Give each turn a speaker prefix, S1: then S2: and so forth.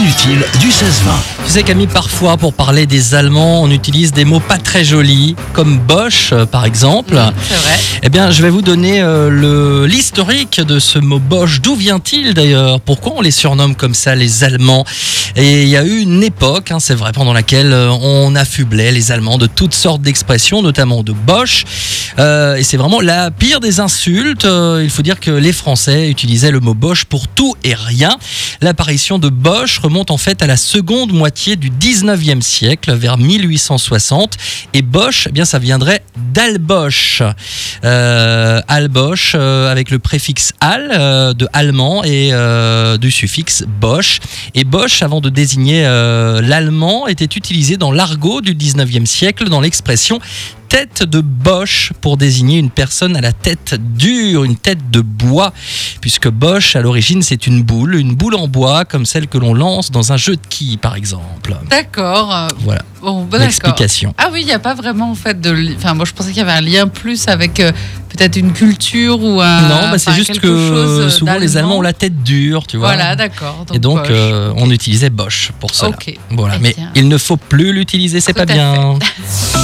S1: utile du 16-20.
S2: Tu sais Camille, parfois pour parler des Allemands, on utilise des mots pas très jolis, comme Bosch euh, par exemple.
S3: C'est vrai.
S2: Eh bien, je vais vous donner euh, le- l'historique de ce mot Bosch. D'où vient-il d'ailleurs Pourquoi on les surnomme comme ça les Allemands Et il y a eu une époque, hein, c'est vrai, pendant laquelle euh, on affublait les Allemands de toutes sortes d'expressions, notamment de Bosch. Euh, et c'est vraiment la pire des insultes. Euh, il faut dire que les Français utilisaient le mot Bosch pour tout et rien. L'apparition de Bosch remonte en fait à la seconde moitié du 19e siècle, vers 1860. Et Bosch, eh bien, ça viendrait d'Albosch. Euh, Albosch, euh, avec le préfixe al euh, de allemand et euh, du suffixe Bosch. Et Bosch, avant de désigner euh, l'allemand, était utilisé dans l'argot du 19e siècle dans l'expression tête de Bosch pour désigner une personne à la tête dure, une tête de bois, puisque Bosch, à l'origine, c'est une boule, une boule en bois, comme celle que l'on lance dans un jeu de quilles, par exemple.
S3: D'accord. euh,
S2: Voilà,
S3: Bon, bah, d'accord.
S2: l'explication.
S3: Ah oui, il n'y a pas vraiment en fait de. li- Enfin, moi je pensais qu'il y avait un lien plus avec euh, peut-être une culture ou un.
S2: non, bah, c'est
S3: Euh, enfin,
S2: juste
S3: quelque
S2: que
S3: chose, euh,
S2: souvent les Allemands
S3: d'allemand.
S2: ont la tête dure, tu vois.
S3: Voilà, d'accord.
S2: Et donc,
S3: Bosch.
S2: euh, on utilisait Bosch pour cela.
S3: Ok.
S2: Voilà,
S3: Eh
S2: mais
S3: bien.
S2: il ne faut plus l'utiliser, c'est
S3: Tout
S2: pas
S3: à
S2: bien.